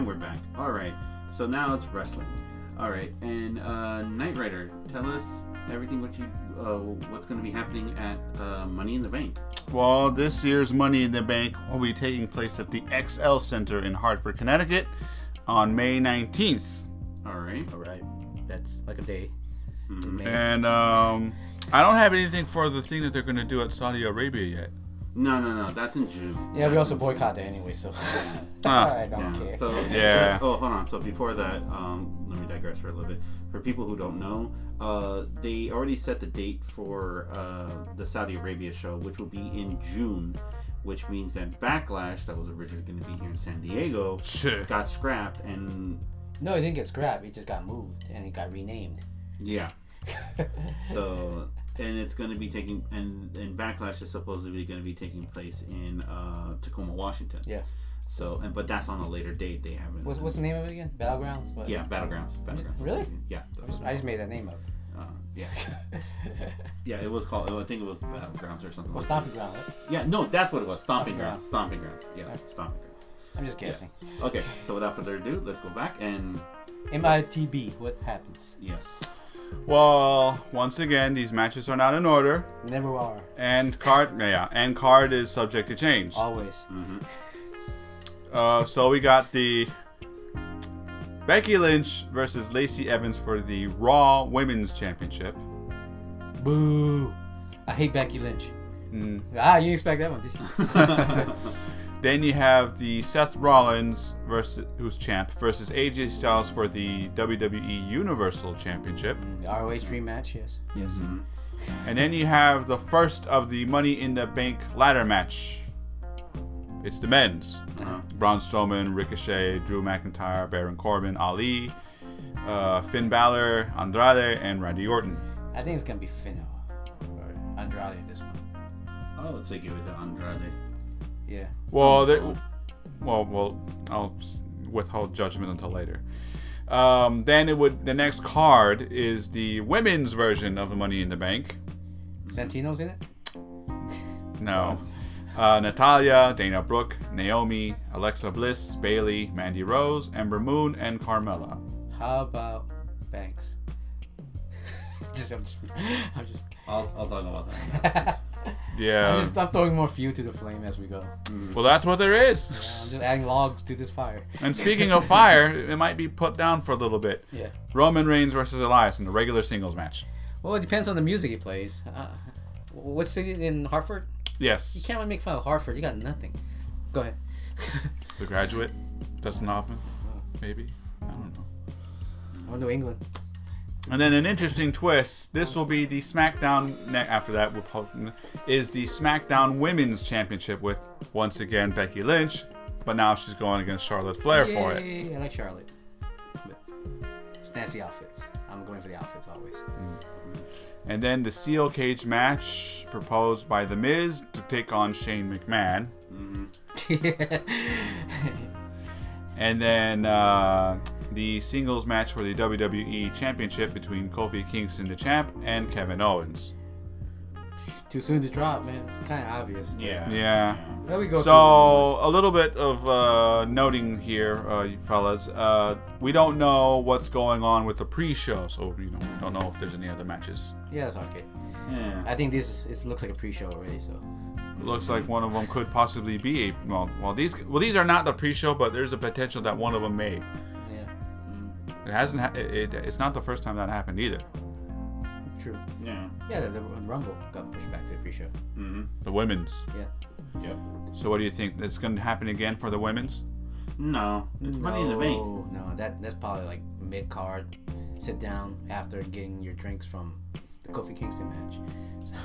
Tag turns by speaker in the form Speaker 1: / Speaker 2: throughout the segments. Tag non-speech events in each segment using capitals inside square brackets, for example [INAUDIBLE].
Speaker 1: All right. So now it's wrestling. All right. And uh, Knight Rider, tell us everything what you uh, what's going to be happening at uh, Money in the Bank.
Speaker 2: Well, this year's Money in the Bank will be taking place at the XL Center in Hartford, Connecticut on May 19th.
Speaker 1: All right.
Speaker 3: All right, that's like a day.
Speaker 1: Mhm.
Speaker 2: And um, I don't have anything for the thing that they're going to do at Saudi Arabia yet.
Speaker 1: No, no, no. That's in June.
Speaker 3: Yeah, we also boycott that anyway, [LAUGHS] so I don't
Speaker 1: Ah, Yeah.
Speaker 3: care.
Speaker 1: So
Speaker 2: Yeah.
Speaker 1: Oh, hold on. So before that, um, let me digress for a little bit. For people who don't know, uh, they already set the date for uh, the Saudi Arabia show, which will be in June, which means that Backlash, that was originally going to be here in San Diego,
Speaker 2: Sure.
Speaker 1: got scrapped, and
Speaker 3: no, it didn't get scrapped. It just got moved and it got renamed. [LAUGHS]
Speaker 1: yeah. so and it's going to be taking and and Backlash is supposedly going to be taking place in uh, Tacoma, Washington.
Speaker 3: Yeah.
Speaker 1: So and but that's on a later date. They haven't.
Speaker 3: What's what's the name of it again? Battlegrounds. What?
Speaker 1: Yeah, battlegrounds. Battlegrounds.
Speaker 3: Really?
Speaker 1: Yeah.
Speaker 3: I
Speaker 1: That's
Speaker 3: just- I just made that name up.
Speaker 1: uh, yeah.
Speaker 3: [LAUGHS]
Speaker 1: yeah, it was called. oh, I think it was battlegrounds or something.
Speaker 3: Well,
Speaker 1: like
Speaker 3: stomping ground. That's,
Speaker 1: that. Yeah, no, that's what it was. Stomping
Speaker 3: Stomping
Speaker 1: grounds.
Speaker 3: grounds.
Speaker 1: Stomping grounds. Yes, stomping grounds.
Speaker 3: I'm just guessing.
Speaker 1: Okay, so without further ado, let's go back and
Speaker 3: MITB. What happens?
Speaker 1: yes,
Speaker 2: Well, once again, these matches are not in order,
Speaker 3: Never are.
Speaker 2: and card yeah, and card is subject to change.
Speaker 3: Always.
Speaker 1: Mm.
Speaker 2: Uh, so we got the Becky Lynch versus Lacey Evans for the Raw Women's Championship.
Speaker 3: Boo. I hate Becky Lynch. Ah, you didn't expect that one, did you?
Speaker 2: Then you have the Seth Rollins versus who's champ versus AJ Styles for the WWE Universal Championship.
Speaker 3: The ROH dream match, yes. Mm. Yes.
Speaker 1: Mm-hmm.
Speaker 2: And then you have the first of the Money in the Bank ladder match. It's the men's. Braun Strowman, Ricochet, Drew McIntyre, Baron Corbin, Ali, uh, Finn Balor, Andrade, and Randy Orton.
Speaker 3: I think it's gonna be Fino or Andrade this one.
Speaker 1: I would say give Oh, it to Andrade.
Speaker 3: Yeah.
Speaker 2: Well, there, well, well, I'll s- withhold judgment until later. Um, then it would. The next card is the women's version of the Money in the Bank.
Speaker 1: Mm-hmm.
Speaker 3: Santino's in it.
Speaker 2: No. Uh, Natalia, Dana Brooke, Naomi, Alexa Bliss, Bailey, Mandy Rose, Ember Moon, and Carmella.
Speaker 3: How about Banks? [LAUGHS] just, I'm just, [LAUGHS] I'm just,
Speaker 1: I'll, I'll talk about that.
Speaker 2: Yeah.
Speaker 3: I'm just, I'm throwing more fuel to the flame as we go.
Speaker 2: well, that's what there is.
Speaker 3: I'm just adding logs to this fire.
Speaker 2: And speaking of fire, it might be put down for a little bit.
Speaker 3: Yeah.
Speaker 2: Roman Reigns versus Elias in the regular singles match.
Speaker 3: Well, it depends on the music he plays. Uh, what city in Hartford? You
Speaker 2: Yes.
Speaker 3: can't really make fun of Hartford. You got nothing. Go ahead.
Speaker 2: The graduate, Dustin Hoffman, maybe. I don't know.
Speaker 3: I New England.
Speaker 2: And then an interesting twist. This will be the SmackDown. Ne- after that, we'll po- is the SmackDown Women's Championship with once again Becky Lynch, but now she's going against Charlotte Flair for it.
Speaker 3: Yay, I like Charlotte. But it's nasty outfits. I'm going for the outfits always.
Speaker 2: And then the Steel Cage match proposed by The Miz to take on Shane McMahon. And then uh, the singles match for the WWE Championship between Kofi Kingston, the champ, and Kevin Owens.
Speaker 3: Too soon to drop, man. It's kind of obvious.
Speaker 1: yeah.
Speaker 2: Yeah.
Speaker 3: There we go.
Speaker 2: So a little bit of uh, noting here, uh, you fellas. Uh, we don't know what's going on with the pre-show, so you know we don't know if there's any other matches.
Speaker 3: yeah, it's okay.
Speaker 1: Yeah.
Speaker 3: I think this is, it looks like a pre-show already. So
Speaker 2: looks like one of them could possibly be a well. Well, these well these are not the pre-show, but there's a potential that one of them may.
Speaker 3: yeah,
Speaker 2: It hasn't. Ha- it, it, it's not the first time that happened either.
Speaker 3: true.
Speaker 1: Yeah.
Speaker 3: Yeah, the, the Rumble got pushed back to the pre-show.
Speaker 2: The women's.
Speaker 3: Yeah.
Speaker 1: Yep.
Speaker 2: So what do you think? It's going to happen again for the women's?
Speaker 1: No, it's Money in the Bank.
Speaker 3: No, no, that that's probably like mid-card. Sit down after getting your drinks from the Kofi Kingston match. [LAUGHS] So,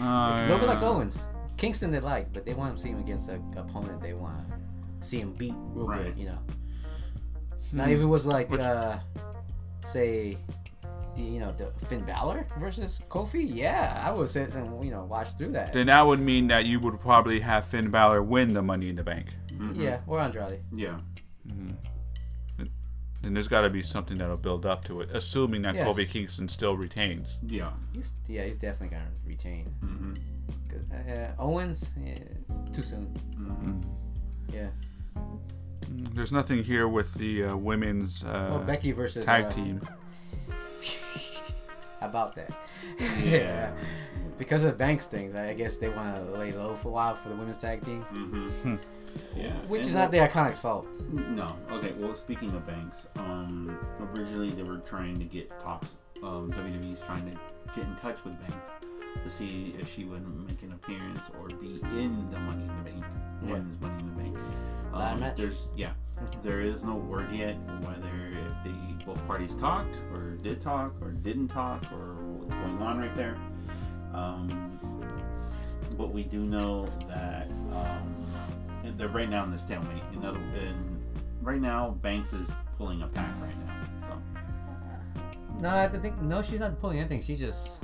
Speaker 2: Uh,
Speaker 3: Nobody likes Owens. Kingston they like, but they want to see him against an opponent they want to see him beat real
Speaker 1: Right. Hmm.
Speaker 3: good, you know. Now if it was like,
Speaker 2: Which-
Speaker 3: uh, say, the, you know, the Finn Balor versus Kofi, yeah, I would sit and you know watch through that.
Speaker 2: Then that would mean that you would probably have Finn Balor win the Money in the Bank.
Speaker 1: mm-hmm.
Speaker 3: Yeah, or Andrade.
Speaker 1: Yeah.
Speaker 2: Then there's got to be something that'll build up to it, assuming that
Speaker 3: Yes.
Speaker 2: Kobe Kingston still retains.
Speaker 1: Yeah.
Speaker 3: He's yeah, he's definitely gonna retain. 'Cause, Mm-hmm.
Speaker 1: Uh,
Speaker 3: Uh, Owens, yeah, it's too soon. Yeah.
Speaker 2: Mm, There's nothing here with the uh, women's uh,
Speaker 3: Well, Becky versus
Speaker 2: tag
Speaker 3: uh,
Speaker 2: team.
Speaker 3: About that. [LAUGHS] because of Banks things, I guess they want to lay low for a while for the women's tag team,
Speaker 1: Mm-hmm.
Speaker 3: Hmm.
Speaker 1: Yeah.
Speaker 3: which
Speaker 1: And
Speaker 3: is not the Iconics' fault.
Speaker 1: No. Okay. Well, speaking of banks, um, originally they were trying to get talks. Um, WWE's trying to get in touch with Banks to see if she would make an appearance or be in the Money in the Bank.
Speaker 3: Yeah.
Speaker 1: Women's Money in the Bank.
Speaker 3: Ladder match?
Speaker 1: Um, There's yeah. There is no word yet whether if the both parties talked or did talk or didn't talk or what's going on right there. Um, but we do know that um, and they're right now in the stalemate. In other, in, right now Banks is pulling a pack right now. So
Speaker 3: No, I think no, she's not pulling anything. She's just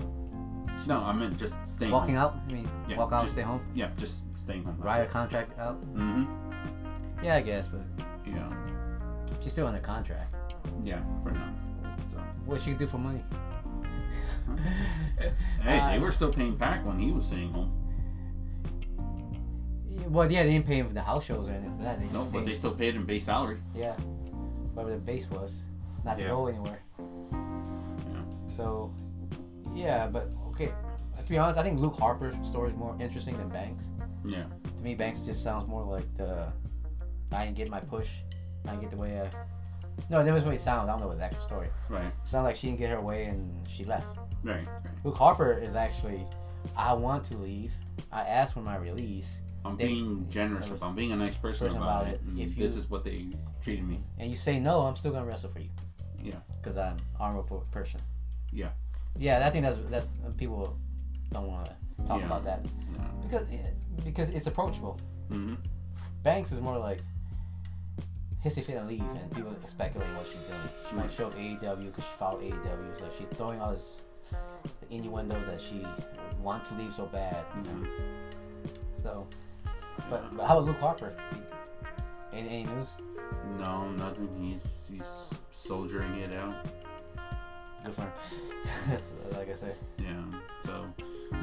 Speaker 1: no, I meant just staying.
Speaker 3: walking
Speaker 1: home.
Speaker 3: out. I mean,
Speaker 1: Yeah,
Speaker 3: walk out and
Speaker 1: just-
Speaker 3: stay home.
Speaker 1: Yeah, just staying home.
Speaker 3: Ride her contract out.
Speaker 1: hmm
Speaker 3: Yeah, I guess, but
Speaker 1: Yeah,
Speaker 3: she's still under contract.
Speaker 1: yeah, for now. So
Speaker 3: What she could do for money?
Speaker 1: hey, they were still paying pack when he was staying home.
Speaker 3: Well, yeah, they didn't pay him for the house shows or anything like that. They just
Speaker 1: No, but
Speaker 3: paid-
Speaker 1: they still paid him base salary.
Speaker 3: Yeah. Whatever the base was. Not
Speaker 1: Yeah.
Speaker 3: to go anywhere.
Speaker 1: Yeah.
Speaker 3: So, yeah, but okay. To be honest, I think Luke Harper's story is more interesting than Banks.
Speaker 1: Yeah.
Speaker 3: To me, Banks just sounds more like the I didn't get my push. I didn't get the way I. No, that was what it sounds. I don't know what the actual story.
Speaker 1: Right.
Speaker 3: It sounds like she didn't get her way and she left.
Speaker 1: Right. Right.
Speaker 3: Luke Harper is actually, I want to leave. I asked for my release.
Speaker 1: I'm
Speaker 3: They-
Speaker 1: being generous. With, I'm being a nice person,
Speaker 3: person
Speaker 1: about, it.
Speaker 3: about it.
Speaker 1: and
Speaker 3: If
Speaker 1: this
Speaker 3: you-
Speaker 1: is what they treated me.
Speaker 3: And you say no, I'm still gonna wrestle for you
Speaker 1: Yeah.
Speaker 3: because I'm an honorable person.
Speaker 1: Yeah.
Speaker 3: Yeah, I think that's that's people don't want to talk
Speaker 1: Yeah.
Speaker 3: about that
Speaker 1: No.
Speaker 3: because because it's approachable.
Speaker 1: hmm
Speaker 3: Banks is more like hissy fit and leave, and people are speculating what she's doing. She might show up AEW because she followed AEW, so she's throwing all this innuendos that she want to leave so bad. You know? So, but, but how about Luke Harper? Any, any news?
Speaker 1: No, nothing. He's he's soldiering it out.
Speaker 3: Good for him. [LAUGHS] that's like I said.
Speaker 1: Yeah. So,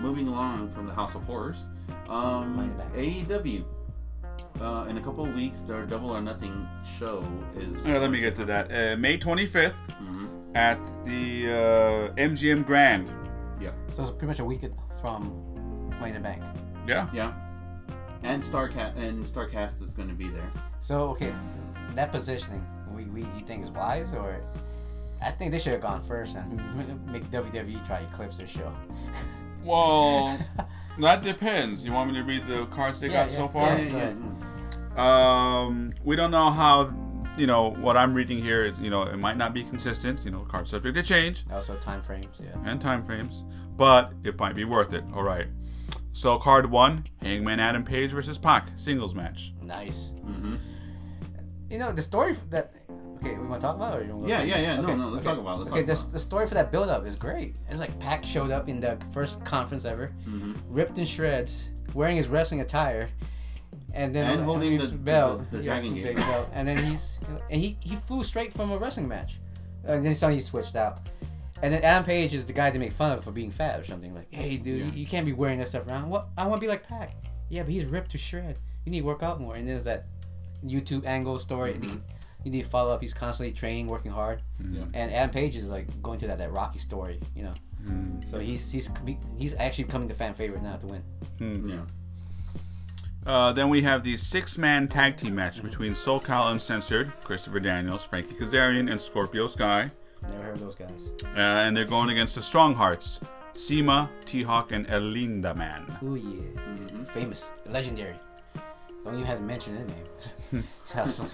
Speaker 1: moving along from the House of Horrors, um,
Speaker 3: Mind back.
Speaker 1: AEW. Uh, in a couple of weeks, their Double or Nothing show is.
Speaker 2: Uh, let me get to that. Uh, May 25th
Speaker 3: Mm-hmm.
Speaker 1: Mhm.
Speaker 2: at the uh, MGM Grand.
Speaker 1: Yeah.
Speaker 3: So it's pretty much a week from Money in the Bank.
Speaker 2: Yeah.
Speaker 1: Yeah. And Starcast and Starcast is going to be there.
Speaker 3: So okay, that positioning we, we you think is wise or? I think they should have gone first and [LAUGHS] make WWE try to eclipse their show. [LAUGHS]
Speaker 2: Well, that depends. You want me to read the cards they
Speaker 3: Yeah,
Speaker 2: got
Speaker 3: yeah,
Speaker 2: so
Speaker 3: go
Speaker 2: far?
Speaker 3: ahead.
Speaker 2: Um, we don't know how. You know what I'm reading here is you know it might not be consistent. You know, card subject to change.
Speaker 3: Also, time frames, yeah.
Speaker 2: and time frames, but it might be worth it. All right. So card one, Hangman Adam Page versus Pac singles match.
Speaker 3: Nice.
Speaker 1: Mhm.
Speaker 3: You know the story f- that. Okay, we want to talk about it or you want
Speaker 1: Yeah, yeah, yeah. No, no, let's talk about it. Let's
Speaker 3: okay,
Speaker 1: talk
Speaker 3: this,
Speaker 1: about
Speaker 3: the story for that build up is great. It's like Pac showed up in the first conference ever,
Speaker 1: Mm-hmm.
Speaker 3: ripped in shreds, wearing his wrestling attire, and then
Speaker 1: And
Speaker 3: uh,
Speaker 1: holding
Speaker 3: his
Speaker 1: the-
Speaker 3: belt,
Speaker 1: the- the
Speaker 3: yeah,
Speaker 1: Dragon
Speaker 3: big
Speaker 1: Gate. [LAUGHS]
Speaker 3: belt, and then he's and he he flew straight from a wrestling match, and then suddenly he switched out. And then Adam Page is the guy to make fun of for being fat or something. Like, hey, dude,
Speaker 1: Yeah.
Speaker 3: you you can't be wearing that stuff around. What? I want to be like Pac. Yeah, but he's ripped to shred. You need to work out more. And there's that YouTube angle story. You need to follow up. He's constantly training, working hard.
Speaker 1: Mm-hmm. Yeah.
Speaker 3: And Adam Page is like going to that, that Rocky story, you know.
Speaker 1: Mm.
Speaker 3: So he's he's com- he's actually becoming the fan favorite now to win.
Speaker 1: Mm, Yeah.
Speaker 2: Uh, then we have the six-man tag team match between SoCal Uncensored, Christopher Daniels, Frankie Kazarian, and Scorpio Sky,
Speaker 3: Never heard of those guys.
Speaker 2: uh, and they're going against the Strong Hearts, Sema, T-Hawk, and Elinda Man.
Speaker 3: Ooh yeah,
Speaker 1: Mm-hmm.
Speaker 3: famous, legendary. Don't even have to mention their name. [LAUGHS] That's
Speaker 1: [LAUGHS]
Speaker 3: funny.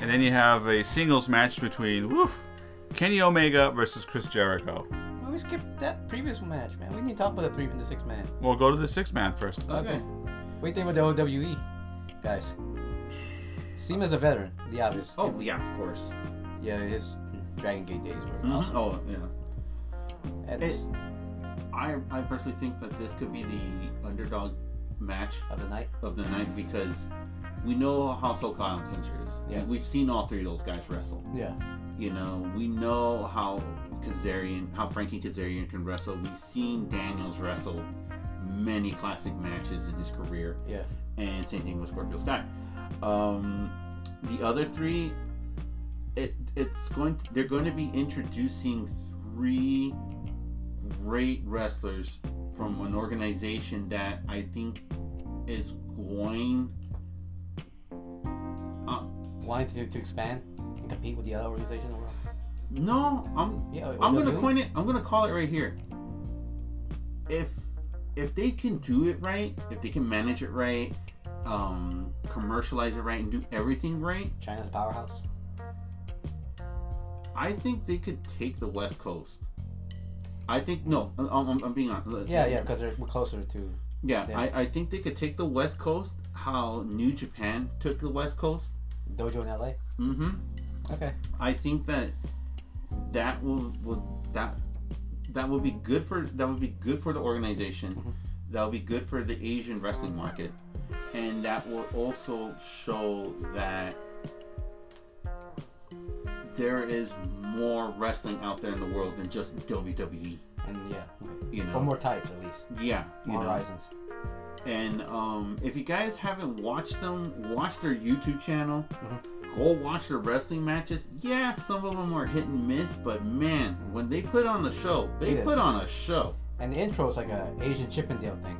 Speaker 2: And then you have a singles match between woof, Kenny Omega versus Chris Jericho.
Speaker 3: Well, we skipped that previous match, man. We need to talk about the three and the six man.
Speaker 2: We'll go to the six-man first.
Speaker 1: Okay.
Speaker 3: What do you think about the OWE, guys? Seema's a veteran, the obvious.
Speaker 1: Oh yeah, of course.
Speaker 3: Yeah, his Dragon Gate days were
Speaker 1: Mhm.
Speaker 3: awesome.
Speaker 1: Oh yeah.
Speaker 3: And
Speaker 1: It, I I personally think that this could be the underdog match
Speaker 3: of the night.
Speaker 1: of the night because we know how SoCal Uncensored is.
Speaker 3: Yeah.
Speaker 1: We've seen all three of those guys wrestle.
Speaker 3: Yeah.
Speaker 1: You know, we know how Kazarian, how Frankie Kazarian can wrestle. We've seen Daniels wrestle many classic matches in his career,
Speaker 3: Yeah.
Speaker 1: and same thing with Scorpio Sky. Um, the other three, it it's going. To, they're going to be introducing three great wrestlers from an organization that I think is going. Uh,
Speaker 3: Wanting to, to expand and compete with the other organization in the world.
Speaker 1: no, I'm
Speaker 3: Yeah, E.
Speaker 1: I'm gonna
Speaker 3: WWE?
Speaker 1: coin it. I'm gonna call it right here. If if they can do it right, if they can manage it right, um, commercialize it right, and do everything right,
Speaker 3: China's a powerhouse.
Speaker 1: I think they could take the West Coast. I think no, I'm, I'm, I'm being honest.
Speaker 3: Yeah, yeah, because we're closer to.
Speaker 1: yeah.
Speaker 3: Yeah.
Speaker 1: I, I think they could take the West Coast. How New Japan took the West Coast.
Speaker 3: Dojo in LA.
Speaker 1: Mm-hmm.
Speaker 3: Okay.
Speaker 1: I think that that will, will that that will be good for that will be good for the organization. That will be good for the Asian wrestling market, and that will also show that there is more wrestling out there in the world than just WWE.
Speaker 3: And yeah, okay.
Speaker 1: You know,
Speaker 3: one more types at least.
Speaker 1: yeah, you
Speaker 3: More
Speaker 1: know.
Speaker 3: horizons.
Speaker 1: And um, if you guys haven't watched them, watch their YouTube channel.
Speaker 3: Mm-hmm.
Speaker 1: Go watch their wrestling matches. Yeah, some of them are hit and miss, but man, when they put on a show, they
Speaker 3: It is.
Speaker 1: put on a show.
Speaker 3: And the intro is like a Asian Chippendale thing.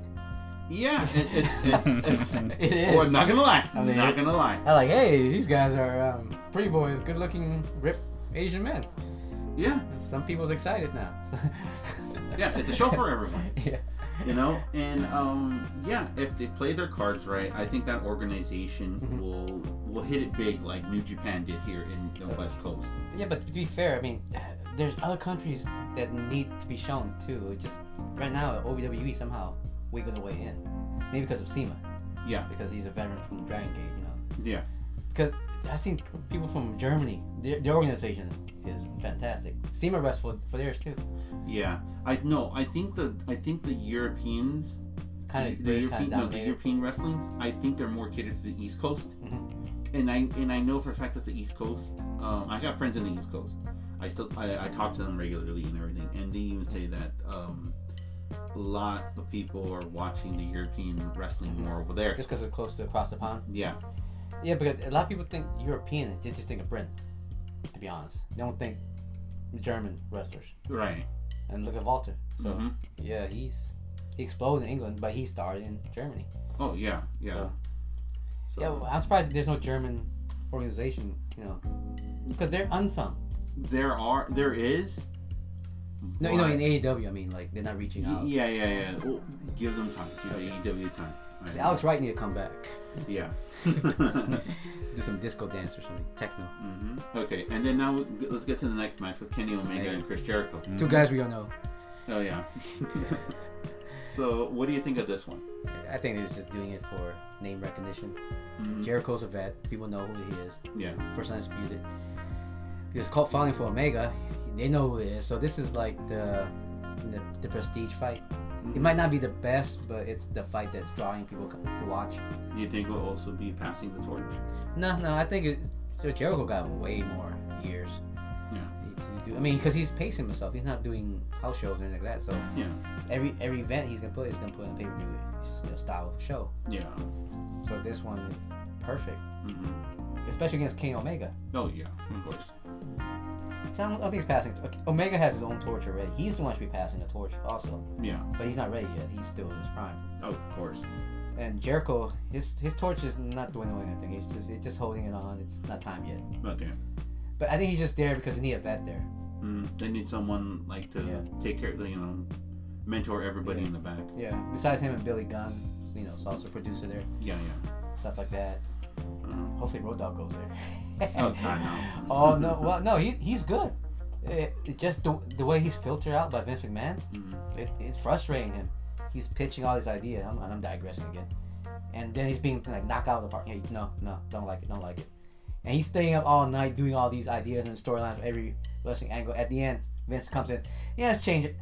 Speaker 1: Yeah,
Speaker 3: [LAUGHS]
Speaker 1: it, it's it's, it's
Speaker 3: It is.
Speaker 1: We're not gonna lie.
Speaker 3: I mean,
Speaker 1: not
Speaker 3: it-
Speaker 1: gonna lie.
Speaker 3: I like, hey, these guys are um, pretty boys, good-looking, ripped Asian men.
Speaker 1: Yeah,
Speaker 3: Some people's excited now. [LAUGHS]
Speaker 1: yeah, it's a show for everyone.
Speaker 3: yeah.
Speaker 1: you
Speaker 3: [LAUGHS]
Speaker 1: know and um yeah if they play their cards right i think that organization
Speaker 3: Mm-hmm.
Speaker 1: will will hit it big like new japan did here in the west coast
Speaker 3: Yeah, but to be fair, I mean, there's other countries that need to be shown too. It's just right now, OVWE E somehow wiggled their way in. Maybe because of SEMA,
Speaker 1: yeah
Speaker 3: because he's a veteran from Dragon Gate, you know.
Speaker 1: yeah
Speaker 3: Because I've seen people from Germany, their, their organization is fantastic. SEMA rests for, for theirs too.
Speaker 1: yeah i no i think the i think the europeans
Speaker 3: It's kind
Speaker 1: the,
Speaker 3: of,
Speaker 1: the
Speaker 3: they just kind
Speaker 1: european
Speaker 3: of
Speaker 1: no, the
Speaker 3: dominated.
Speaker 1: european wrestlings i think they're more catered to the east coast
Speaker 3: Mm-hmm.
Speaker 1: and i and i know for a fact that the east coast um i got friends in the east coast i still i, I talk to them regularly and everything and they even say that um a lot of people are watching the European wrestling more over there.
Speaker 3: Mm-hmm. Just because it's close to across the pond.
Speaker 1: Yeah,
Speaker 3: Yeah, but a lot of people think European, they just think of Britain, to be honest. They don't think German wrestlers.
Speaker 1: right.
Speaker 3: And look at Walter. So
Speaker 1: Mhm.
Speaker 3: yeah, he's he exploded in England, but he started in Germany.
Speaker 1: Oh yeah, yeah.
Speaker 3: So,
Speaker 1: So-
Speaker 3: yeah, well, I'm surprised that there's no German organization, you know, because they're unsung.
Speaker 1: there are, there is.
Speaker 3: No, you know,
Speaker 1: but-
Speaker 3: in AEW, I mean, like they're not reaching out.
Speaker 1: yeah, yeah, yeah. Well, give them time. Give AEW time. All right.
Speaker 3: 'Cause Alex Wright need to come back, [LAUGHS]
Speaker 1: Yeah.
Speaker 3: do some disco dance or something, techno.
Speaker 1: hmm Okay, and then now we- let's get to the next match with Kenny Omega
Speaker 3: Omega.
Speaker 1: and Chris Jericho.
Speaker 3: Two guys we all know.
Speaker 1: Oh
Speaker 3: [LAUGHS]
Speaker 1: yeah. so, what do you think of this one?
Speaker 3: I think he's just doing it for name recognition. Jericho's a vet; people know who he is.
Speaker 1: Mm-hmm. Yeah.
Speaker 3: First Undisputed. It's called Falling for Omega. They know who it is. So this is like the the, the prestige fight.
Speaker 1: Mm-hmm.
Speaker 3: It might not be the best, but it's the fight that's drawing people co- to watch.
Speaker 1: Do you think we'll also be passing the torch?
Speaker 3: No, no, I think it, so Jericho got way more years.
Speaker 1: Yeah.
Speaker 3: to do- I mean, because he's pacing himself. He's not doing house shows or anything like that. So
Speaker 1: Yeah.
Speaker 3: every every event he's gonna put is gonna put in a pay per view style show.
Speaker 1: Yeah.
Speaker 3: So this one is perfect,
Speaker 1: hmm
Speaker 3: especially against King Omega.
Speaker 1: Oh yeah. Of course.
Speaker 3: So I don't, I don't think he's passing. Omega has his own torch already. He's the one who should be passing the torch also,
Speaker 1: Yeah. Oh,
Speaker 3: but he's not ready yet. He's still in his prime.
Speaker 1: Of course.
Speaker 3: And Jericho, his his torch is not dwindling anything. He's just it's just holding it on. It's not time yet.
Speaker 1: Okay.
Speaker 3: But I think he's just there because he need a vet there.
Speaker 1: Mm, they need someone like to
Speaker 3: Yeah.
Speaker 1: take care, you know, mentor everybody
Speaker 3: Yeah.
Speaker 1: in the back.
Speaker 3: Yeah. Besides him and Billy Gunn, you know, is also a producer there,
Speaker 1: Yeah,
Speaker 3: [LAUGHS]
Speaker 1: yeah.
Speaker 3: stuff like that. Um,
Speaker 1: Uh,
Speaker 3: Hopefully, Road Dogg goes there.
Speaker 1: oh God, no.
Speaker 3: oh no! Well, no, he he's good. It, it just the, the way he's filtered out by Vince McMahon, it, it's frustrating him. He's pitching all these ideas. I'm, I'm digressing again, and then he's being like knocked out of the park. Hey, no, no, don't like it, don't like it. And he's staying up all night doing all these ideas and storylines for every wrestling angle. At the end, Vince comes in. Yeah, let's change it.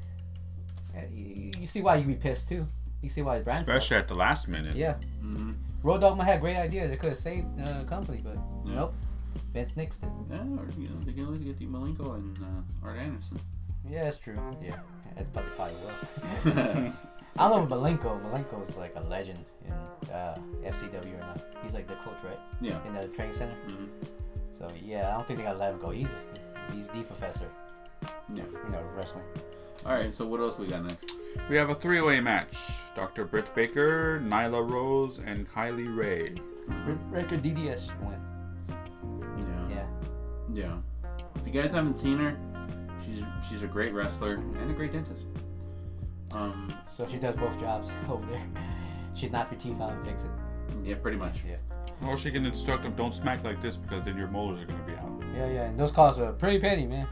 Speaker 3: Yeah, You, you see why you be pissed too. You see why Brand.
Speaker 2: Especially at the last minute.
Speaker 3: Yeah.
Speaker 1: Mm-hmm.
Speaker 3: Road Dogg might have great ideas. It could have saved the company, but nope. Vince nixed it.
Speaker 1: [LAUGHS] Yeah, or you know, they can always get the Malenko and uh, Art Anderson.
Speaker 3: Yeah, that's true. Yeah, it probably, probably will. I love Malenko. Malenko is like a legend in uh, FCW right now. He's like the coach, right?
Speaker 1: Yeah.
Speaker 3: In the training center.
Speaker 1: Mhm.
Speaker 3: So yeah, I don't think they gotta let him go. He's he's the professor.
Speaker 1: Yeah.
Speaker 3: You know, wrestling.
Speaker 1: All right. So what else we got next?
Speaker 2: We have a three-way match: Dr. Britt Baker, Nyla Rose, and Kylie Ray.
Speaker 3: Re- Record DDS should win.
Speaker 1: Yeah.
Speaker 3: Yeah.
Speaker 1: Yeah. If you guys haven't seen her, she's she's a great wrestler and a great dentist. Um.
Speaker 3: So she does both jobs [LAUGHS] over there. She'd knock your teeth out and fix it.
Speaker 1: Yeah. Pretty much.
Speaker 3: Yeah.
Speaker 2: Or she can instruct them: don't smack like this because then your molars are gonna be out.
Speaker 3: Yeah, yeah. And those costs are pretty penny, man.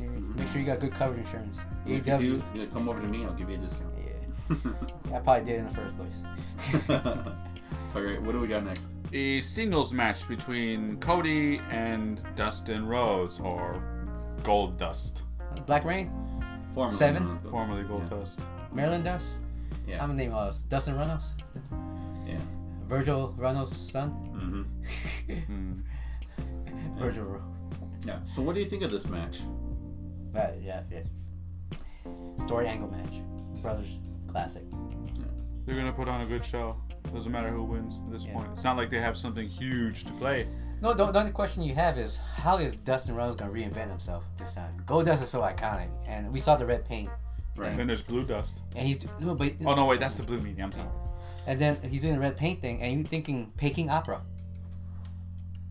Speaker 3: You Make sure you got good coverage insurance.
Speaker 1: If
Speaker 3: AEW.
Speaker 1: you do, you come over to me. I'll give you a discount.
Speaker 3: Yeah. I probably did in the first place.
Speaker 1: [LAUGHS] All right. What do we got next?
Speaker 2: a singles match between Cody and Dustin Rhodes, or Gold Dust,
Speaker 3: Black Rain,
Speaker 1: Former
Speaker 3: Seven?
Speaker 2: formerly Gold Dust.
Speaker 3: Maryland Dust.
Speaker 1: Yeah.
Speaker 3: I'm gonna name all this. Dustin Reynolds,
Speaker 1: yeah.
Speaker 3: Virgil Reynolds' son.
Speaker 1: hmm
Speaker 3: Virgil. Ro-
Speaker 1: Yeah. So what do you think of this match?
Speaker 3: Uh, yeah, yeah. Story angle match. Brothers classic.
Speaker 2: They're gonna put on a good show. Doesn't matter who wins at this
Speaker 3: Yeah.
Speaker 2: point. It's not like they have something huge to play.
Speaker 3: No, the, the only question you have is how is Dustin Reynolds gonna reinvent himself this time? Goldust is so iconic, and we saw the red paint,
Speaker 1: Right.
Speaker 2: Then there's Blue Dust.
Speaker 3: and he's no, but
Speaker 2: Oh no, wait, that's the Blue Meanie. I'm sorry.
Speaker 3: and then he's doing the red paint thing, and you're thinking Peking opera,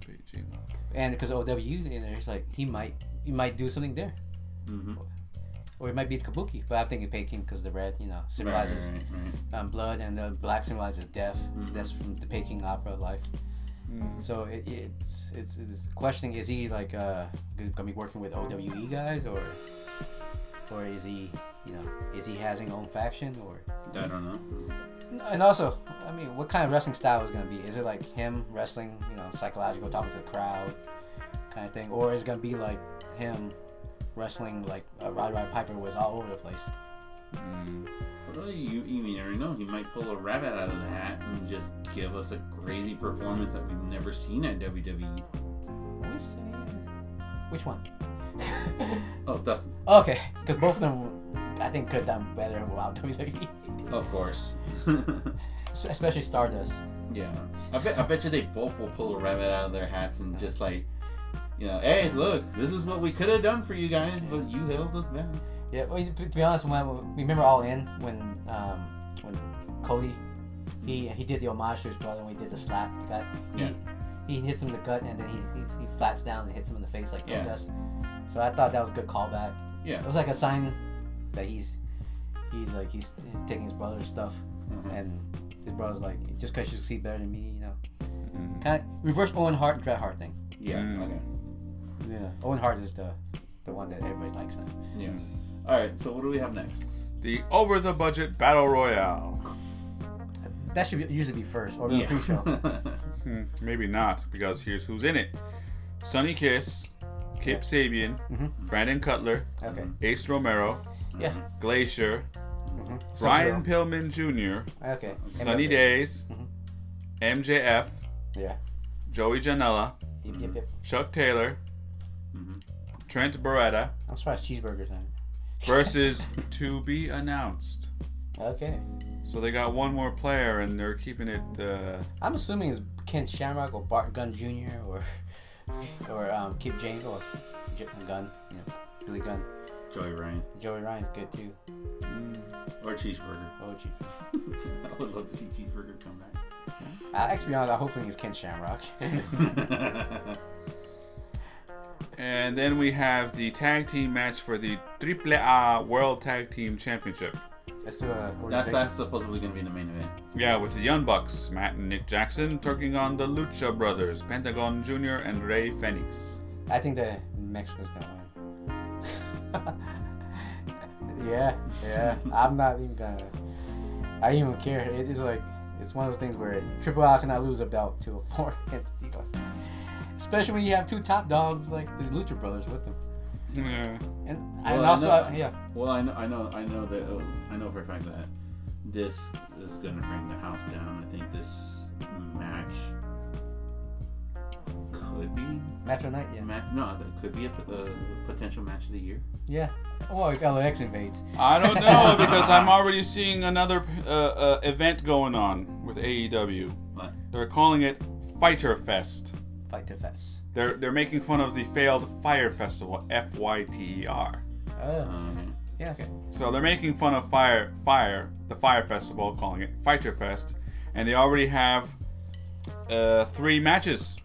Speaker 2: Beijing.
Speaker 3: and because OW in there, he's like he might he might do something there,
Speaker 1: Mhm.
Speaker 3: or it might be the Kabuki, but I'm thinking Peking because the red, you know,
Speaker 1: Right, right,
Speaker 3: symbolizes
Speaker 1: right, right.
Speaker 3: um, blood, and the black symbolizes death. That's from the Peking opera life.
Speaker 2: Hmm.
Speaker 3: So it, it's it's it's questioning is he like uh g- gonna be working with OWE guys or or is he you know is he has his own faction or
Speaker 1: I don't know.
Speaker 3: and also I mean what kind of wrestling style is it gonna be is it like him wrestling you know psychological talking to the crowd kind of thing or is it gonna be like him wrestling like uh, Roddy Roddy Piper was all over the place
Speaker 1: Well, you, you never know. He might pull a rabbit out of the hat and just give us a crazy performance that we've never seen at E. WWE.
Speaker 3: Let me see. which one [LAUGHS]
Speaker 1: Oh, Dustin.
Speaker 3: okay because both of them I think could have done better [LAUGHS] without WWE
Speaker 1: Of course.
Speaker 3: Espe- E, especially Stardust
Speaker 1: [LAUGHS] yeah. I bet, I bet you they both will pull a rabbit out of their hats and just like, you know, hey, look, this is what we could have done for you guys, but you held us back.
Speaker 3: Yeah, well, to to be honest, when we remember all in when um, when Cody he he did the homage to his brother when he did the slap gut.
Speaker 1: Yeah.
Speaker 3: He, he hits him in the gut and then he, he he flats down and hits him in the face like
Speaker 1: Yeah.
Speaker 3: he does. So I thought that was a good callback.
Speaker 1: Yeah.
Speaker 3: It was like a sign that he's he's like he's, he's taking his brother's stuff
Speaker 1: Mm-hmm.
Speaker 3: and his brother's like just because you see better than me, you know.
Speaker 1: Mm-hmm.
Speaker 3: Kind of reverse Owen Hart and Bret Hart thing.
Speaker 1: Yeah.
Speaker 2: Mm.
Speaker 1: Okay.
Speaker 3: Yeah. Owen Hart is the the one that everybody likes now.
Speaker 1: Yeah. All right. So what do we have next?
Speaker 2: The over the budget battle royale.
Speaker 3: That should be, usually be first or the pre-show.
Speaker 1: [LAUGHS]
Speaker 2: Hmm, Maybe not, because here's who's in it: Sunny Kiss, Kip Sabian, Brandon Cutler,
Speaker 3: Okay.
Speaker 2: Ace Romero,
Speaker 3: Yeah.
Speaker 2: Glacier, Brian
Speaker 3: Sub-Zero.
Speaker 2: Pillman Jr.,
Speaker 3: Okay.
Speaker 2: Sunny Days, MJF,
Speaker 3: Yeah.
Speaker 2: Joey Janela,
Speaker 3: Yep, yep, yep.
Speaker 2: Chuck Taylor, Trent Beretta
Speaker 3: I'm surprised cheeseburgers on it.
Speaker 2: versus [LAUGHS] to be announced.
Speaker 3: [LAUGHS] Okay.
Speaker 2: So they got one more player, and they're keeping it. Uh,
Speaker 3: I'm assuming it's Ken Shamrock or Bart Gunn Jr. or [LAUGHS] or um, Kip James or J- Gunn. You know, Billy Gunn.
Speaker 1: Joey Ryan
Speaker 3: Joey Ryan's good too.
Speaker 1: or Cheeseburger. [LAUGHS]
Speaker 3: Oh, gee.
Speaker 1: I would love to see Cheeseburger come back. [LAUGHS]
Speaker 3: I actually be honest. I hopefully it's Ken Shamrock. [LAUGHS]
Speaker 2: and then we have the tag team match for the Triple A World Tag Team Championship.
Speaker 3: Let's do a
Speaker 1: That's
Speaker 3: organization.
Speaker 1: that's supposedly going to be the main event.
Speaker 2: Yeah, with the Young Bucks, Matt and Nick Jackson, taking on the Lucha Brothers, Pentagon Jr. and Ray Phoenix.
Speaker 3: I think the Mexico's gonna win. [LAUGHS] yeah, yeah. I'm not even gonna. I don't even care. It is like it's one of those things where Triple R cannot lose a belt to a [LAUGHS] foreign entity, like, especially when you have two top dogs like the Lucha Brothers with them.
Speaker 2: Yeah.
Speaker 1: Well,
Speaker 3: And and
Speaker 1: I
Speaker 3: also,
Speaker 1: know-
Speaker 3: I- yeah,
Speaker 1: Well, I know, I know, I know that uh, I know for a fact that this is gonna bring the house down. I think this match could be
Speaker 3: Match of the night, yeah.
Speaker 1: match. No, that could be a, p- a potential match of the year.
Speaker 3: Yeah. Well, if LAX invades.
Speaker 2: I don't know [LAUGHS] because I'm already seeing another uh, uh, event going on with AEW.
Speaker 1: But
Speaker 2: They're calling it Fighter Fest.
Speaker 3: Fight to fest.
Speaker 2: They're they're making fun of the failed Fire Festival, F Y T E R.
Speaker 3: Oh,
Speaker 1: um,
Speaker 3: yes.
Speaker 2: So they're making fun of Fire Fire the Fire Festival, calling it Fighter Fest, and they already have uh, three matches.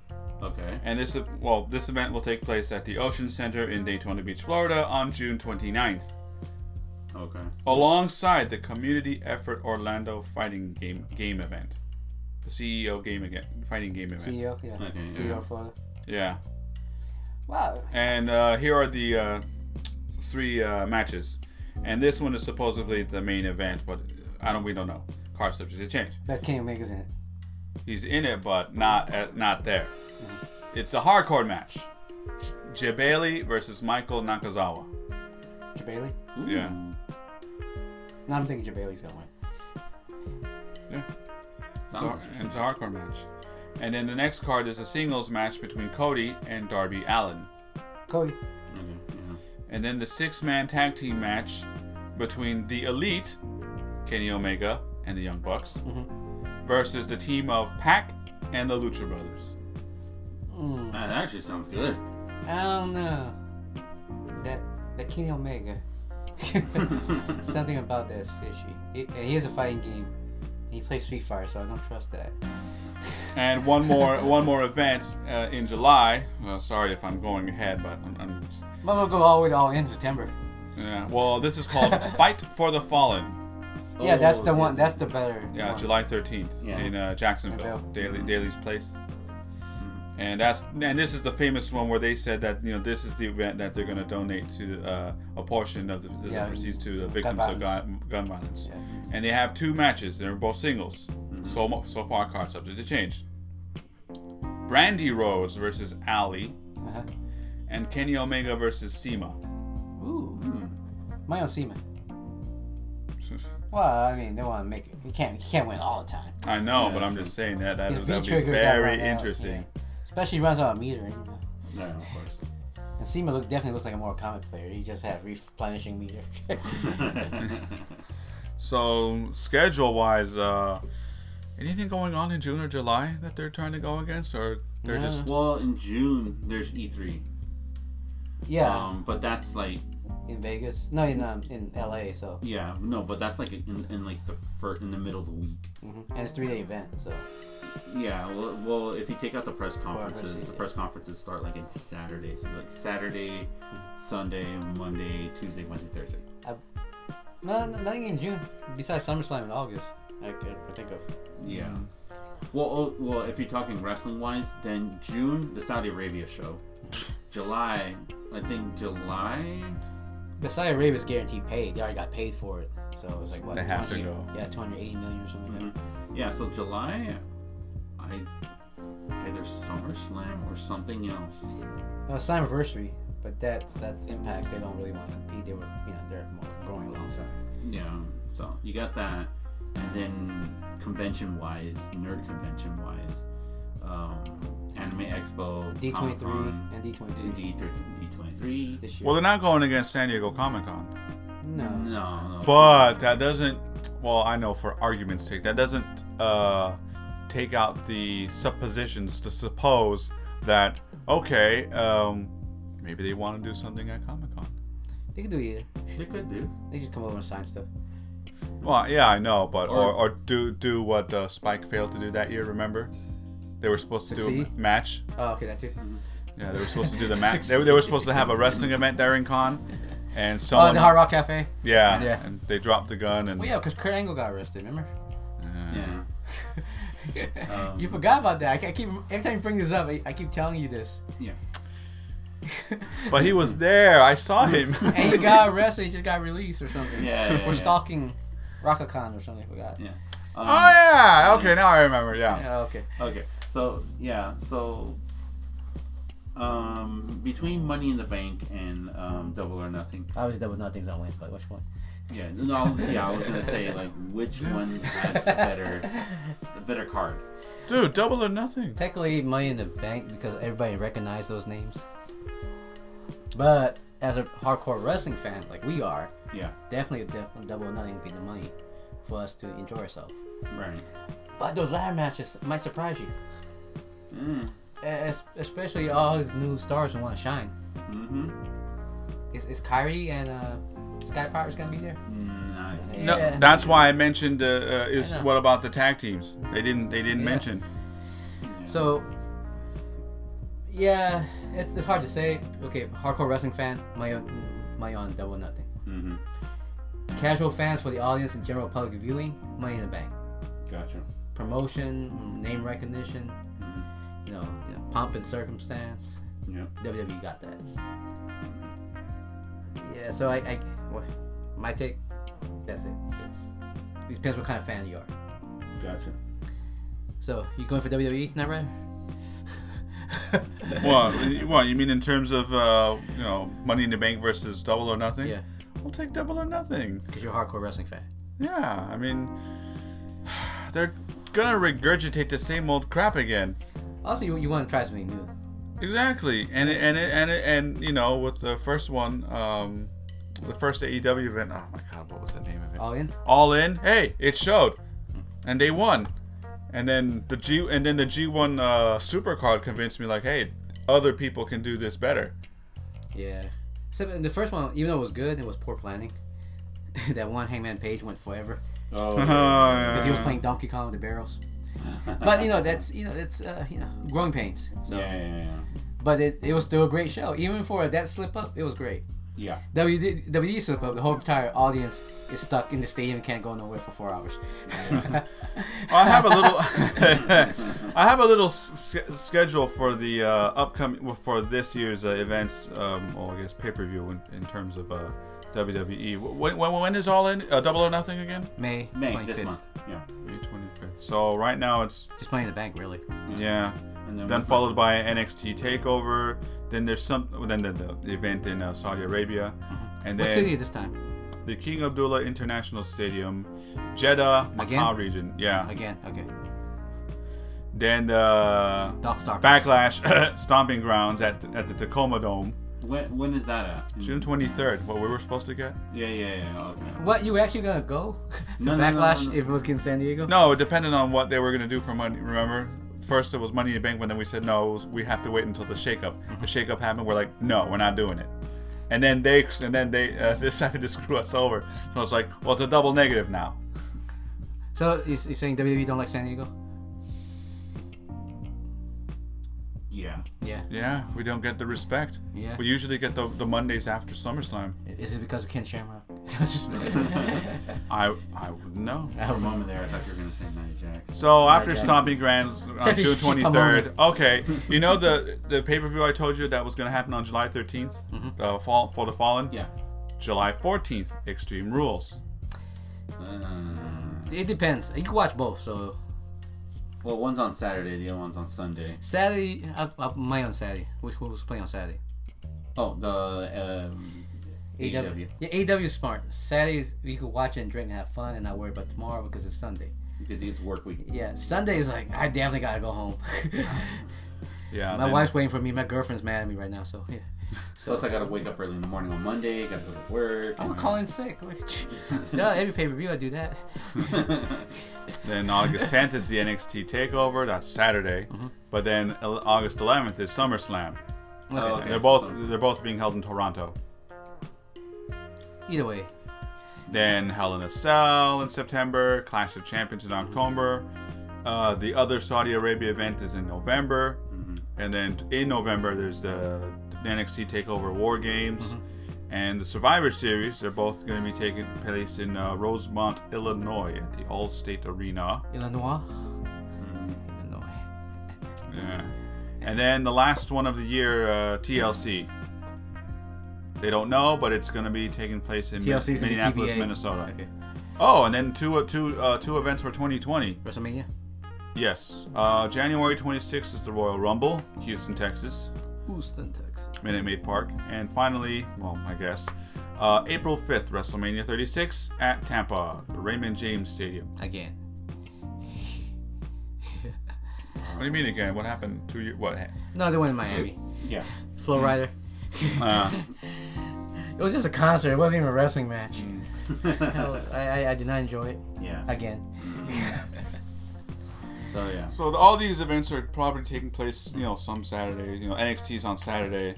Speaker 1: okay,
Speaker 2: And this well, this event will take place at the Ocean Center in Daytona Beach, Florida, on June 29th.
Speaker 1: okay.
Speaker 2: alongside the Community Effort Orlando Fighting Game Game Event, the CEO Game again Fighting Game Event.
Speaker 3: CEO, yeah.
Speaker 1: Okay,
Speaker 3: CEO
Speaker 1: yeah.
Speaker 3: Florida.
Speaker 2: Yeah,
Speaker 3: Wow.
Speaker 2: and uh, here are the uh, three uh, matches, and this one is supposedly the main event, but I don't we don't know. Card subject to change.
Speaker 3: Best King Omega's in it.
Speaker 2: He's in it, but not uh, not there. It's a hardcore match. Jay Bailey versus Michael Nakazawa.
Speaker 3: Jabali?
Speaker 2: Yeah.
Speaker 3: No, I'm thinking Jabali's gonna win.
Speaker 2: Yeah. It's a,
Speaker 1: Sounds
Speaker 2: and it's a hardcore match. And then the next card is a singles match between Cody and Darby Allen.
Speaker 3: Cody.
Speaker 1: okay, yeah.
Speaker 2: And then the six man tag team match between the Elite, Kenny Omega, and the Young Bucks, versus the team of Pac and the Lucha Brothers.
Speaker 1: That actually sounds good.
Speaker 3: I don't know. That that King Omega. [LAUGHS] Something about that is fishy. He, and he is a fighting game. He plays Street Fighter, so I don't trust that.
Speaker 2: And one more one more event uh, in July. Well, sorry if I'm going ahead, but I'm, I'm just-
Speaker 3: But we'll go all the way to all in September.
Speaker 2: yeah. Well, this is called Fight for the Fallen.
Speaker 3: yeah, that's
Speaker 1: Oh,
Speaker 3: the one.
Speaker 1: yeah.
Speaker 3: That's the better.
Speaker 2: Yeah,
Speaker 3: one.
Speaker 2: July 13th
Speaker 1: Yeah.
Speaker 2: in uh, Jacksonville,
Speaker 3: Jacksonville.
Speaker 2: Daly, Daly's Place.
Speaker 3: Mm-hmm.
Speaker 2: And that's and this is the famous one where they said that you know this is the event that they're going to donate to uh, a portion of the, the
Speaker 3: Yeah,
Speaker 2: proceeds to the victims of
Speaker 3: violence.
Speaker 2: gun, gun violence.
Speaker 3: Yeah. Mm-hmm.
Speaker 2: And they have two matches. They're both singles. So mo- so far, card subject to change. Brandy Rose versus Ali,
Speaker 3: Uh-huh.
Speaker 2: and Kenny Omega versus Sema.
Speaker 3: Ooh.
Speaker 2: Hmm.
Speaker 3: Mayo Seaman. Well, I mean, they want to make it. He can't. He can't win all the time.
Speaker 2: [LAUGHS] I know, but I'm just saying that that
Speaker 3: His
Speaker 2: would
Speaker 3: V
Speaker 2: be
Speaker 3: trigger got
Speaker 2: very
Speaker 3: run out,
Speaker 2: interesting.
Speaker 3: yeah. Especially runs out of meter. You know?
Speaker 1: No, of course. [LAUGHS]
Speaker 3: And Seaman look definitely looks like a more comic player. He just has replenishing meter. [LAUGHS]
Speaker 2: So schedule wise, uh, anything going on in June or July that they're trying to go against, or they're
Speaker 3: No.
Speaker 2: just
Speaker 1: Well, in June there's E3,
Speaker 3: yeah.
Speaker 1: um, but that's like
Speaker 3: in Vegas. No, in um, in L.A. So.
Speaker 1: yeah, no, but that's like in, in like the fir- in the middle of the week.
Speaker 3: Mhm.
Speaker 2: Mm-hmm.
Speaker 3: And it's three day event, so
Speaker 1: Yeah, well, well, if you take out the press conferences,
Speaker 3: see,
Speaker 1: the
Speaker 3: yeah.
Speaker 1: press conferences start like in Saturday, so like Saturday, Sunday, Monday, Tuesday, Wednesday, Thursday.
Speaker 3: no, no- nothing in June besides SummerSlam in August. I could think of.
Speaker 1: Yeah. Well, oh, well, if you're talking wrestling wise, then June the Saudi Arabia show, July, I think July.
Speaker 3: Besides Arabia's guaranteed paid. They already got paid for it, so it was like what?
Speaker 2: They have to
Speaker 3: 20
Speaker 2: go.
Speaker 3: Yeah, two hundred eighty million or something. Like that.
Speaker 1: Yeah, so July, I either SummerSlam or something else.
Speaker 2: Mm-hmm.
Speaker 3: Well, it's anniversary, but that's that's Impact. They don't really want to compete. They were, you know, they're more going alongside.
Speaker 1: Yeah, so you got that, and then convention wise, nerd convention wise, um, Anime Expo,
Speaker 3: D twenty three
Speaker 1: Comic-Con,
Speaker 3: and D twenty three
Speaker 1: D twenty three.
Speaker 3: this year.
Speaker 2: well, they're not going against San Diego Comic Con,
Speaker 3: no.
Speaker 1: No, no,
Speaker 2: but that doesn't. Well, I know for argument's sake, that doesn't uh, take out the suppositions to suppose that okay, um, maybe they want to do something at Comic Con.
Speaker 3: they could do either.
Speaker 1: they could do.
Speaker 3: They just come over and sign stuff.
Speaker 2: Well, yeah, I know, but or,
Speaker 1: Or-
Speaker 2: or do do what uh, Spike failed to do that year. Remember, they were supposed to do
Speaker 3: Succeed?
Speaker 2: a match.
Speaker 3: Oh, okay, that too.
Speaker 2: Yeah, they were supposed to
Speaker 3: [LAUGHS]
Speaker 2: do the match. They, they were supposed to have a wrestling event during con, and
Speaker 3: Oh,
Speaker 2: someone,
Speaker 3: the Hard Rock Cafe.
Speaker 2: yeah,
Speaker 3: Yeah.
Speaker 2: and they dropped the gun and
Speaker 3: Well, yeah, because Kurt Angle got arrested. Remember?
Speaker 1: Yeah. Um,
Speaker 3: you forgot about that. I ca- I keep every time you bring this up, I, I keep telling you
Speaker 1: [LAUGHS]
Speaker 3: this.
Speaker 1: Yeah.
Speaker 2: but he was there. I saw him.
Speaker 3: [LAUGHS] And he got arrested. He just got released or something.
Speaker 1: Yeah, yeah,
Speaker 3: Or
Speaker 1: yeah.
Speaker 3: stalking Rockacon or something. I forgot.
Speaker 1: Yeah.
Speaker 2: [LAUGHS] oh
Speaker 1: Um,
Speaker 2: yeah. Okay, now I remember. Yeah.
Speaker 3: Yeah, okay.
Speaker 1: okay. So yeah. So um, between Money in the Bank and um, Double or Nothing,
Speaker 3: Obviously, double nothing's on win, but which one?
Speaker 1: yeah. No, yeah. I was gonna say like which one has the better, better card.
Speaker 2: Dude, double or nothing.
Speaker 3: Technically, Money in the Bank because everybody recognized those names. But as a hardcore wrestling fan, like we are,
Speaker 1: Yeah,
Speaker 3: definitely def- double or nothing would be the money for us to enjoy ourselves.
Speaker 1: right.
Speaker 3: But those ladder matches might surprise you. E-, Es- especially all these new stars who want to shine.
Speaker 1: Mm-hmm.
Speaker 3: Is, is Kyrie and uh, Sky Pirates gonna be there?
Speaker 1: Nice.
Speaker 2: No,
Speaker 3: Yeah.
Speaker 2: that's why I mentioned uh, uh, is
Speaker 3: I know.
Speaker 2: what about the tag teams? They didn't. They didn't
Speaker 3: Yeah. [LAUGHS]
Speaker 2: mention.
Speaker 3: So, yeah, it's, it's hard to say. Okay, hardcore wrestling fan, my own, my own double nothing.
Speaker 1: Mm-hmm.
Speaker 3: Casual fans for the audience and general public viewing, money in the bank.
Speaker 1: Gotcha.
Speaker 3: Promotion, name recognition, you know, you know pomp and circumstance.
Speaker 1: Yep.
Speaker 3: WWE E got that. Yeah, so I, I well, my take, that's it. It's, it depends what kind of fan you are.
Speaker 1: Gotcha.
Speaker 3: So you going for WWE, not right?
Speaker 2: well, you- well, you mean in terms of uh, you know Money in the Bank versus Double or Nothing?
Speaker 3: Yeah,
Speaker 2: I'll take Double or Nothing.
Speaker 3: because you're a hardcore wrestling fan.
Speaker 2: Yeah, I mean, [SIGHS] they're gonna regurgitate the same old crap again.
Speaker 3: Also, you, you want to try something new.
Speaker 2: Exactly, and it, and it, and it, and you know with the first one, um, the first AEW event. Oh my God, what was the name of it?
Speaker 3: All in?
Speaker 2: All in. Hey, it showed, and they won, and then the G and then the G1 uh, Supercard convinced me like, hey, other people can do this better.
Speaker 3: Yeah. Except in the first one, even though it was good, it was poor planning. [LAUGHS] that one Hangman Page went forever
Speaker 2: [LAUGHS]
Speaker 1: Oh.
Speaker 2: Uh-huh.
Speaker 3: because he
Speaker 2: Uh,
Speaker 3: was playing Donkey Kong with the barrels. but you know that's you know it's uh, you know growing pains. So,
Speaker 1: Yeah, yeah, yeah.
Speaker 3: but it, it was still a great show. Even for that slip up, it was great.
Speaker 1: Yeah.
Speaker 3: WD, WD slip up, the whole entire audience is stuck in the stadium and can't go nowhere for four
Speaker 1: [LAUGHS]
Speaker 3: hours.
Speaker 2: I have a
Speaker 3: [LAUGHS]
Speaker 2: little, I have a little s- s- schedule for the uh, upcoming well, for this year's uh, events. Um, well, I guess pay per view in, in terms of uh, WWE. Wh- When, when, when is all in uh, Double or Nothing again?
Speaker 3: May,
Speaker 1: May
Speaker 3: 25th.
Speaker 1: this month. Yeah.
Speaker 2: May twenty fifth. So right now it's
Speaker 3: Just playing the bank, really.
Speaker 2: yeah.
Speaker 1: And
Speaker 2: Then
Speaker 1: what's
Speaker 2: followed by NXT Takeover. Then there's some. Then the, the event in uh, Saudi Arabia, and
Speaker 3: Mm-hmm. What
Speaker 2: then
Speaker 3: city this time?
Speaker 2: the King Abdullah International Stadium, Jeddah, Makkah
Speaker 3: Again?
Speaker 2: region. Yeah.
Speaker 3: Again, okay.
Speaker 2: Then uh, the
Speaker 3: Doc Star.
Speaker 2: Backlash [LAUGHS] Stomping Grounds at, at the Tacoma Dome,
Speaker 1: that? When, when is that at?
Speaker 2: June 23rd. What we were supposed to get?
Speaker 1: Yeah, yeah, yeah. Okay.
Speaker 3: What you actually
Speaker 1: [LAUGHS]
Speaker 3: gonna go? to
Speaker 1: No, no, no,
Speaker 3: backlash
Speaker 1: no, no.
Speaker 3: if it was in San Diego.
Speaker 2: No, it depended on what they were going to do for money. Remember? First it was Money in the Bank, but then we said, no, it was- we have to wait until the shakeup. The shakeup happened. We're like, no, we're not doing it. And then they and then they uh, [LAUGHS] decided to screw us over. So it's like, well, it's a double negative now.
Speaker 3: So he's, he's saying WWE don't like San Diego.
Speaker 1: Yeah.
Speaker 3: Yeah.
Speaker 2: Yeah, we don't get the respect.
Speaker 3: Yeah.
Speaker 2: We usually get the, the Mondays after SummerSlam.
Speaker 3: Is it because of Ken Shamrock? [LAUGHS]
Speaker 1: [LAUGHS]
Speaker 2: I I no.
Speaker 1: For a moment there, I thought you were gonna say Nia Jax.
Speaker 2: So after
Speaker 3: yeah.
Speaker 2: stomping grounds on
Speaker 3: Jeffy
Speaker 2: June
Speaker 3: Sheep
Speaker 2: twenty third, okay, you know the the pay per view I told you that was gonna happen on July 13th uh, fall for the fallen.
Speaker 1: Mm-hmm. Yeah.
Speaker 2: July fourteenth, Extreme Rules.
Speaker 1: Uh,
Speaker 3: it depends. You can watch both. So
Speaker 1: well, one's on Saturday, the other one's on Sunday.
Speaker 3: Saturday, I, I might on Saturday. Which one was playing on Saturday?
Speaker 1: Oh, the um, AEW.
Speaker 3: Yeah, AW is smart. Saturdays you could watch it and drink and have fun and not worry about tomorrow because it's Sunday.
Speaker 1: Because It's work week.
Speaker 3: Yeah, Sunday is like I definitely gotta go home. [LAUGHS]
Speaker 2: Yeah.
Speaker 3: My
Speaker 2: then-
Speaker 3: wife's waiting for me. My girlfriend's mad at me right now. So yeah,
Speaker 1: Plus, I gotta wake up early in the morning on Monday. Gotta go to work.
Speaker 3: I'm
Speaker 1: and-
Speaker 3: gonna call in sick. [LAUGHS] Like, duh, every pay per view I do that.
Speaker 2: Then August tenth is the NXT Takeover. That's Saturday.
Speaker 1: Mm-hmm.
Speaker 2: But then Au- August eleventh is SummerSlam.
Speaker 1: Oh,
Speaker 3: Okay.
Speaker 1: okay.
Speaker 2: They're
Speaker 1: so [LAUGHS]
Speaker 2: both
Speaker 1: some-
Speaker 2: they're both being held in Toronto.
Speaker 3: Either way,
Speaker 2: Then Hell in a Cell in September, Clash of Champions in October.
Speaker 3: Mm-hmm.
Speaker 2: Uh, the other Saudi Arabia event is in November.
Speaker 3: Mm-hmm.
Speaker 2: And then in November, there's the NXT TakeOver War Games
Speaker 3: Mm-hmm.
Speaker 2: and the Survivor Series. They're both going to be taking place in uh, Rosemont, Illinois at the Allstate Arena.
Speaker 3: Illinois. Illinois.
Speaker 2: Yeah. And then the last one of the year, uh, TLC. They don't know, but it's going to be taking place in Min-
Speaker 3: TLC is gonna be
Speaker 2: Minneapolis,
Speaker 3: TBA.
Speaker 2: Minnesota.
Speaker 3: Okay.
Speaker 2: Oh, and then two, uh, two, uh, two events for 2020.
Speaker 3: WrestleMania.
Speaker 2: Yes. Uh, January 26th is the Royal Rumble, Houston, Texas,
Speaker 3: Houston, Texas.
Speaker 2: Minute Maid Park. And finally, well, I guess, uh, April 5th, WrestleMania 36 at Tampa, the Raymond James Stadium.
Speaker 3: Again.
Speaker 2: do you mean again? What happened? Two years? What?
Speaker 3: No, they went in Miami.
Speaker 1: Yeah.
Speaker 3: Flow
Speaker 2: Mm-hmm.
Speaker 3: Rider.
Speaker 2: [LAUGHS] Uh,
Speaker 3: It was just a concert. It wasn't even a wrestling match.
Speaker 2: Mm.
Speaker 3: Hell, I, I, I did not enjoy it.
Speaker 1: yeah.
Speaker 3: Again.
Speaker 1: So yeah.
Speaker 2: so the, all these events are probably taking place, you know, some Saturday. You know, NXT's on Saturday,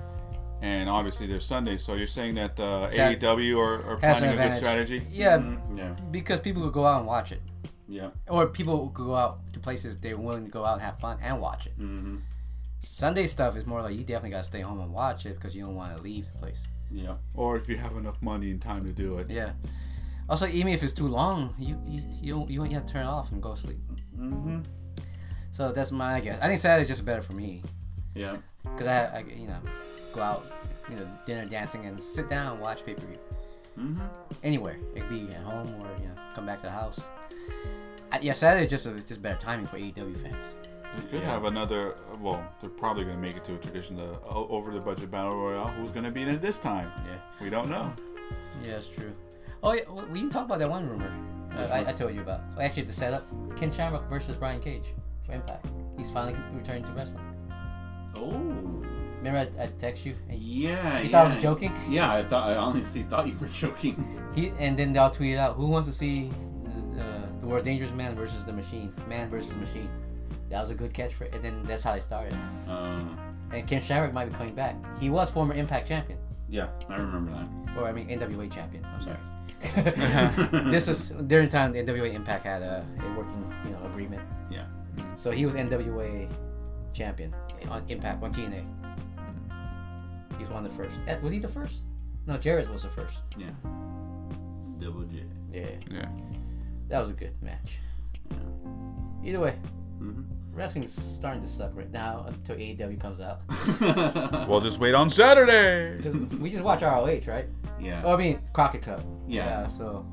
Speaker 2: and obviously there's Sunday. So you're saying that uh,
Speaker 3: Sat-
Speaker 2: AEW are, are
Speaker 3: Has
Speaker 2: planning a
Speaker 3: an
Speaker 2: good
Speaker 3: advantage.
Speaker 2: strategy? Mm-hmm.
Speaker 3: Yeah,
Speaker 1: Yeah.
Speaker 3: because people could go out and watch it.
Speaker 1: Yeah.
Speaker 3: Or people could go out to places they were willing to go out and have fun and watch it.
Speaker 1: Mm-hmm.
Speaker 3: Sunday stuff is more like you definitely got to stay home and watch it because you don't want to leave the place.
Speaker 1: Yeah.
Speaker 2: Or if you have enough money and time to do it.
Speaker 3: Yeah. Also, even if it's too long, you you you don't you don't have to turn it off and go to sleep.
Speaker 1: Mm-hmm.
Speaker 3: So that's my guess. I think Saturday's just better for me
Speaker 1: Yeah.
Speaker 3: because I, I you know go out you know dinner dancing and sit down and watch pay per view
Speaker 1: Mm-hmm.
Speaker 3: anywhere. It could be at home or you know come back to the house. I, yeah, Saturday's just a, just better timing for AEW fans.
Speaker 2: You could
Speaker 1: Yeah.
Speaker 2: have another. Well, they're probably going to make it to a tradition, the o- over the budget battle royale. Who's going to be in it this time?
Speaker 3: Yeah.
Speaker 2: We don't know.
Speaker 3: Yeah, that's true. Oh, yeah, we- we didn't talk about that one rumor uh, I, I told you about. Well, Actually, the setup: Ken Shamrock versus Brian Cage for Impact. He's finally returning to wrestling.
Speaker 1: Oh.
Speaker 3: Remember, I, I text you. And
Speaker 1: Yeah.
Speaker 3: You
Speaker 1: yeah.
Speaker 3: thought I was joking?
Speaker 1: Yeah, I thought I honestly thought you were [LAUGHS] joking.
Speaker 3: He and then they'll tweet out who wants to see the, uh, the world dangerous man versus the machine, man versus machine. That was a good catch for, and then that's how they started.
Speaker 1: Uh,
Speaker 3: And Ken Shamrock might be coming back. He was former Impact champion,
Speaker 1: yeah, I remember that.
Speaker 3: or I mean NWA champion. I'm sorry. [LAUGHS]
Speaker 1: [LAUGHS]
Speaker 3: this was during time the NWA Impact had a, a working you know agreement,
Speaker 1: Yeah.
Speaker 3: so he was NWA champion on Impact on TNA. He was one of the first. Eh, Was he the first? No, Jarrett was the first.
Speaker 1: Yeah. Double J.
Speaker 3: Yeah,
Speaker 2: Yeah.
Speaker 3: that was a good match. Either way, [LAUGHS]
Speaker 1: Mhm.
Speaker 3: wrestling's starting to suck right now until AEW comes out. [LAUGHS]
Speaker 2: Well, just wait on Saturday.
Speaker 3: 'Cause we just watch ROH, right?
Speaker 1: [LAUGHS] yeah.
Speaker 3: Oh, I mean Crockett Cup.
Speaker 1: Yeah.
Speaker 3: so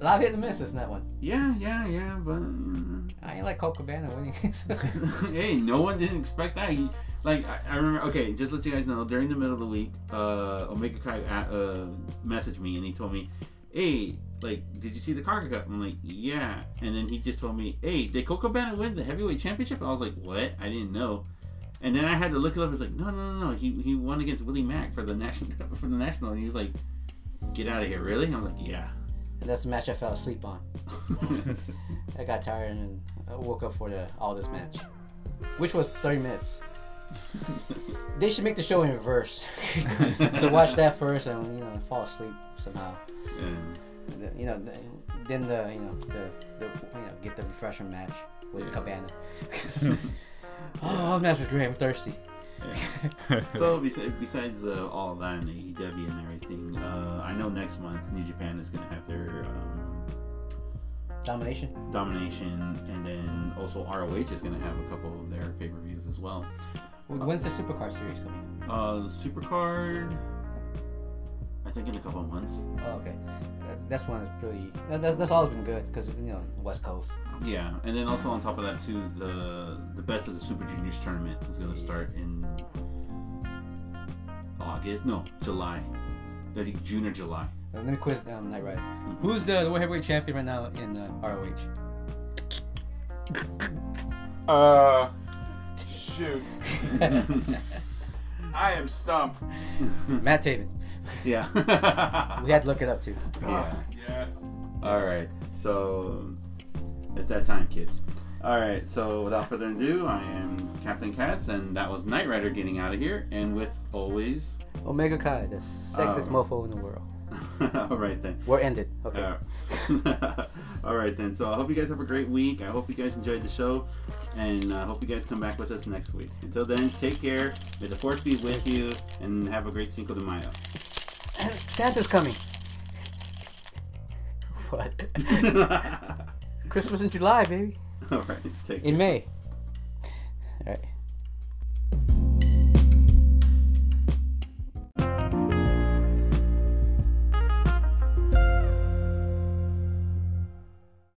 Speaker 3: a lot of hit and misses in that one.
Speaker 1: Yeah, yeah, yeah, but mm,
Speaker 3: I ain't like Colt Cabana winning. [LAUGHS]
Speaker 1: [LAUGHS] hey, no one didn't expect that. He, like I, I remember. Okay, just to let you guys know. During the middle of the week, uh, Omega Kai uh, uh, messaged me and he told me, "Hey, like, did you see the Carga Cup?" I'm like, "Yeah," and then he just told me, "Hey, did Coco Cabana win the heavyweight championship?" I was like, "What? I didn't know." And then I had to look it up. It's like, "No, no, no, no. He, he won against Willie Mack for the national [LAUGHS] for the national." And he was like, "Get out of here, really?" I'm like, "Yeah." [LAUGHS]
Speaker 3: and that's the match I fell asleep on. I got tired and I woke up for the all this match, which was 30 minutes. they should make the show in reverse. [LAUGHS] so watch that first and you know fall asleep somehow.
Speaker 1: Yeah.
Speaker 3: the- you know, the, then the you know the, the you know get the refresher match with Cabana. [LAUGHS] oh, that match was great. I'm thirsty.
Speaker 1: So besides, besides uh, all that and AEW and everything, uh, I know next month New Japan is gonna have their um,
Speaker 3: Domination.
Speaker 1: domination, and then also ROH is gonna have a couple of their pay per views as well.
Speaker 3: Wh- When's the Supercar series coming?
Speaker 1: Uh, Supercard, I think in a couple of months.
Speaker 3: out? Oh, okay. That- That's one that's pretty. that- That's, that's always been good because you know West Coast.
Speaker 1: Yeah, and then also on top of that too, the the best of the Super Juniors tournament is gonna start in August, no July, I think June or July.
Speaker 3: Uh, Let me quiz down Night Rider. Who's the world heavyweight champion right now in uh, ROH?
Speaker 2: Uh, [LAUGHS] shoot. I am stumped.
Speaker 3: Matt Taven.
Speaker 1: Yeah. [LAUGHS]
Speaker 3: We had to look it up too.
Speaker 1: yeah.
Speaker 2: [LAUGHS] Yes.
Speaker 1: All right, so it's that time, kids. All right, so without further ado, I am Captain Katz, and that was Knight Rider getting out of here, and with always. [LAUGHS]
Speaker 3: Omega Kai, the sexiest
Speaker 1: Oh.
Speaker 3: mofo in the world.
Speaker 1: all right then. [LAUGHS]
Speaker 3: We're ended. Okay.
Speaker 1: Uh, all right then. So I hope you guys have a great week. I hope you guys enjoyed the show, and I hope you guys come back with us next week. Until then, take care. May the force be with you, and have a great Cinco de Mayo.
Speaker 3: [COUGHS]
Speaker 1: [LAUGHS]
Speaker 3: Santa's [LAUGHS] coming. [LAUGHS] What?
Speaker 1: all
Speaker 3: Christmas in July, baby.
Speaker 1: right, take.
Speaker 3: In May. All right.